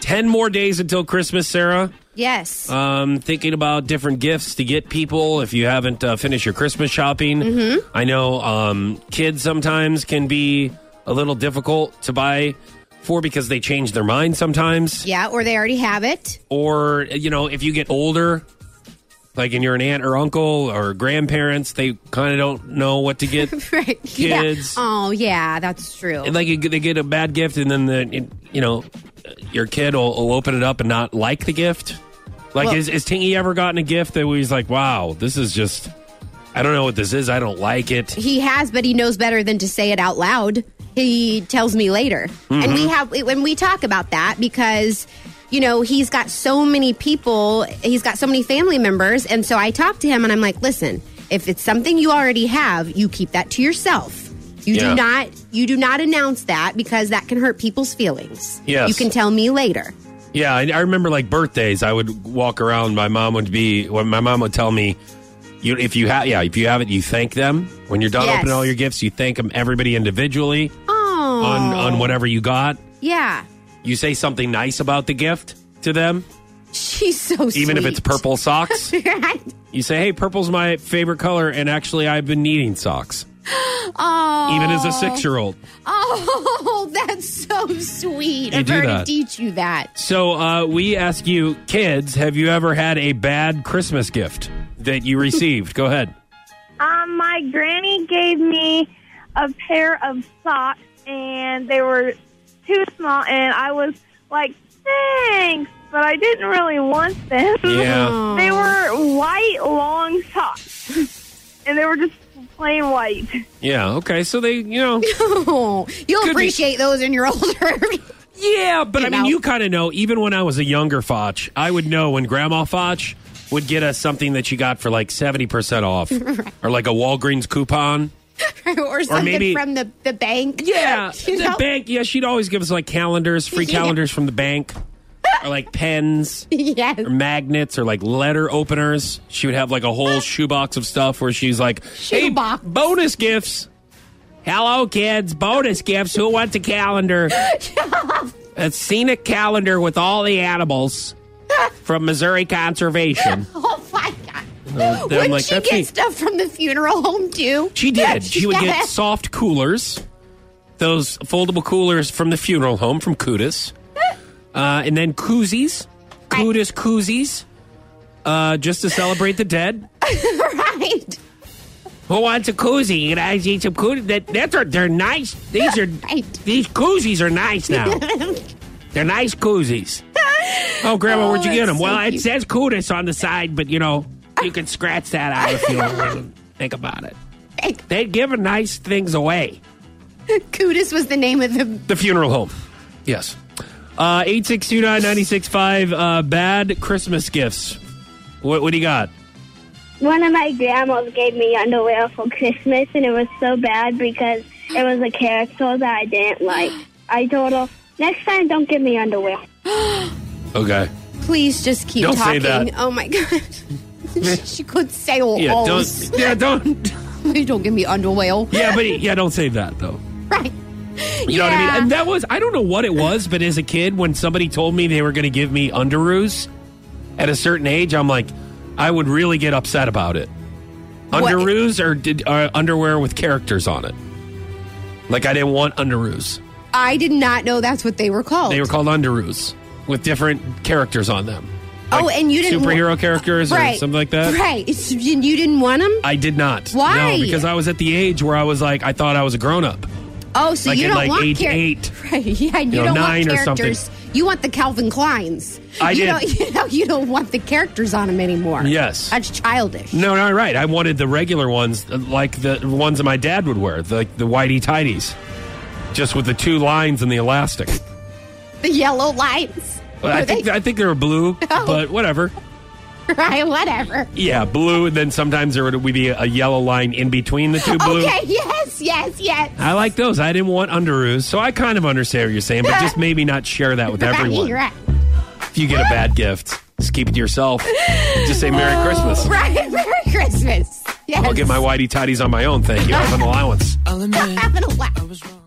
10 more days until Christmas, Sarah. Yes. Um, thinking about different gifts to get people if you haven't uh, finished your Christmas shopping. I know um, kids sometimes can be a little difficult to buy for because they change their mind sometimes. yeah, or they already have it. Or, you know, if you get older, like and you're an aunt or uncle or grandparents, they kind of don't know what to get. right. Kids. Yeah. Oh, yeah, that's true. and like you, they get a bad gift, and then the it- you know your kid will, will open it up and not like the gift. Like, Well- is, is Tingy ever gotten a gift that he's like, "Wow, this is just, I don't know what this is. I don't like it." he has, but he knows better than to say it out loud. He tells me later, and Mm-hmm. we have when we talk about that because you know he's got so many people, he's got so many family members, and so I talk to him and I'm like, listen, if it's something you already have, you keep that to yourself. You Yeah. do not you do not announce that because that can hurt people's feelings. Yes. you can tell me later. Yeah, I, I remember like birthdays. I would walk around. My mom would be when my mom would tell me, "You if you have yeah if you have it, you thank them when you're done Yes. opening all your gifts. You thank them everybody individually Oh, on on whatever you got. yeah, You say something nice about the gift to them, she's so even if it's sweet. purple socks." Right? You say, "Hey, purple's my favorite color, and actually, I've been needing socks Oh, even as a six-year-old." Oh, that's so sweet. You I've do heard that. to teach you that. So uh, we ask you, kids, have you ever had a bad Christmas gift that you received? Go ahead. Um, my granny gave me a pair of socks, and they were too small, and I was like, "Thanks," but I didn't really want them. Yeah. they were white long socks, and they were just plain white. Yeah. Okay. So they, you know, Oh, you'll Could be. appreciate those when you're older. yeah. But I You mean, know. you kind of know. Even when I was a younger Foch, I would know when Grandma Foch would get us something that she got for like seventy percent off, or like a Walgreens coupon. or something maybe- from the, the bank. Yeah, You the know? bank. Yeah, she'd always give us like calendars, free Yeah. calendars from the bank, or like pens, Yes. or magnets, or like letter openers. She would have like a whole shoebox of stuff where she's like, "Hey, Shoebox. bonus gifts! Hello, kids! Bonus gifts! Who wants a calendar? a scenic calendar with all the animals from Missouri Conservation." Oh, my God. then I'm Wouldn't like, she that's get me. stuff from the funeral home, too? She did. She would Yeah. get soft coolers, those foldable coolers from the funeral home from Kudis, uh, and then koozies, Kudis koozies, uh, just to celebrate the dead. Right. Who wants a koozie? And I eat some koozies. That, that's what they're nice. These are Right. these koozies are nice now. they're nice koozies. Oh, Grandma, Oh, where'd you get that's them? so well, it cute. says Kudis on the side, but you know you can scratch that out if you want. Think about it. They give nice things away. Kudus was the name of the. The funeral home. Yes. Uh, 8629965, uh, bad Christmas gifts. What, what do you got? One of my grandmas gave me underwear for Christmas, and it was so bad because it was a character that I didn't like. I told her, "Next time, don't give me underwear." Okay. Please just keep Don't say talking. that. Oh, my God. she could say all. Yeah, don't. Yeah, don't. Please don't give me underwear. Yeah, but yeah, don't say that, though. Right. You know what I mean? And that was, I don't know what it was, but as a kid, when somebody told me they were going to give me underoos at a certain age, I'm like, I would really get upset about it. What- Underoos or did, uh, underwear with characters on it? Like, I didn't want underoos. I did not know that's what they were called. They were called underoos with different characters on them. oh, and you didn't superhero characters right, or something like that. Right? It's- you you didn't want them. I did not. Why? No, because I was at the age where I was like, I thought I was a grown up. Oh, so Like you in, don't like, want age char- eight. Right? Yeah, and you, know, don't nine want or characters. You want the Calvin Kleins. I you did. Don't, you know, you don't want the characters on them anymore. Yes. that's childish. No, no, right. I wanted the regular ones, uh, like the ones that my dad would wear, the- like the whitey tidies, just with the two lines and the elastic. The yellow lights. But I Were think they- I think they were blue, Oh. but whatever. right. Whatever. Yeah, blue. And then sometimes there would would be a yellow line in between the two blue. Okay. Yes. Yes. Yes. I like those. I didn't want underoos, so I kind of understand what you're saying, but just maybe not share that with everyone. Right. If you get a bad gift, just keep it to yourself. Just say Merry Christmas. Right. right. Merry Christmas. Yes. I'll get my whitey tidies on my own. Thank you. I have an allowance. I'll admit Having a laugh. I was wrong.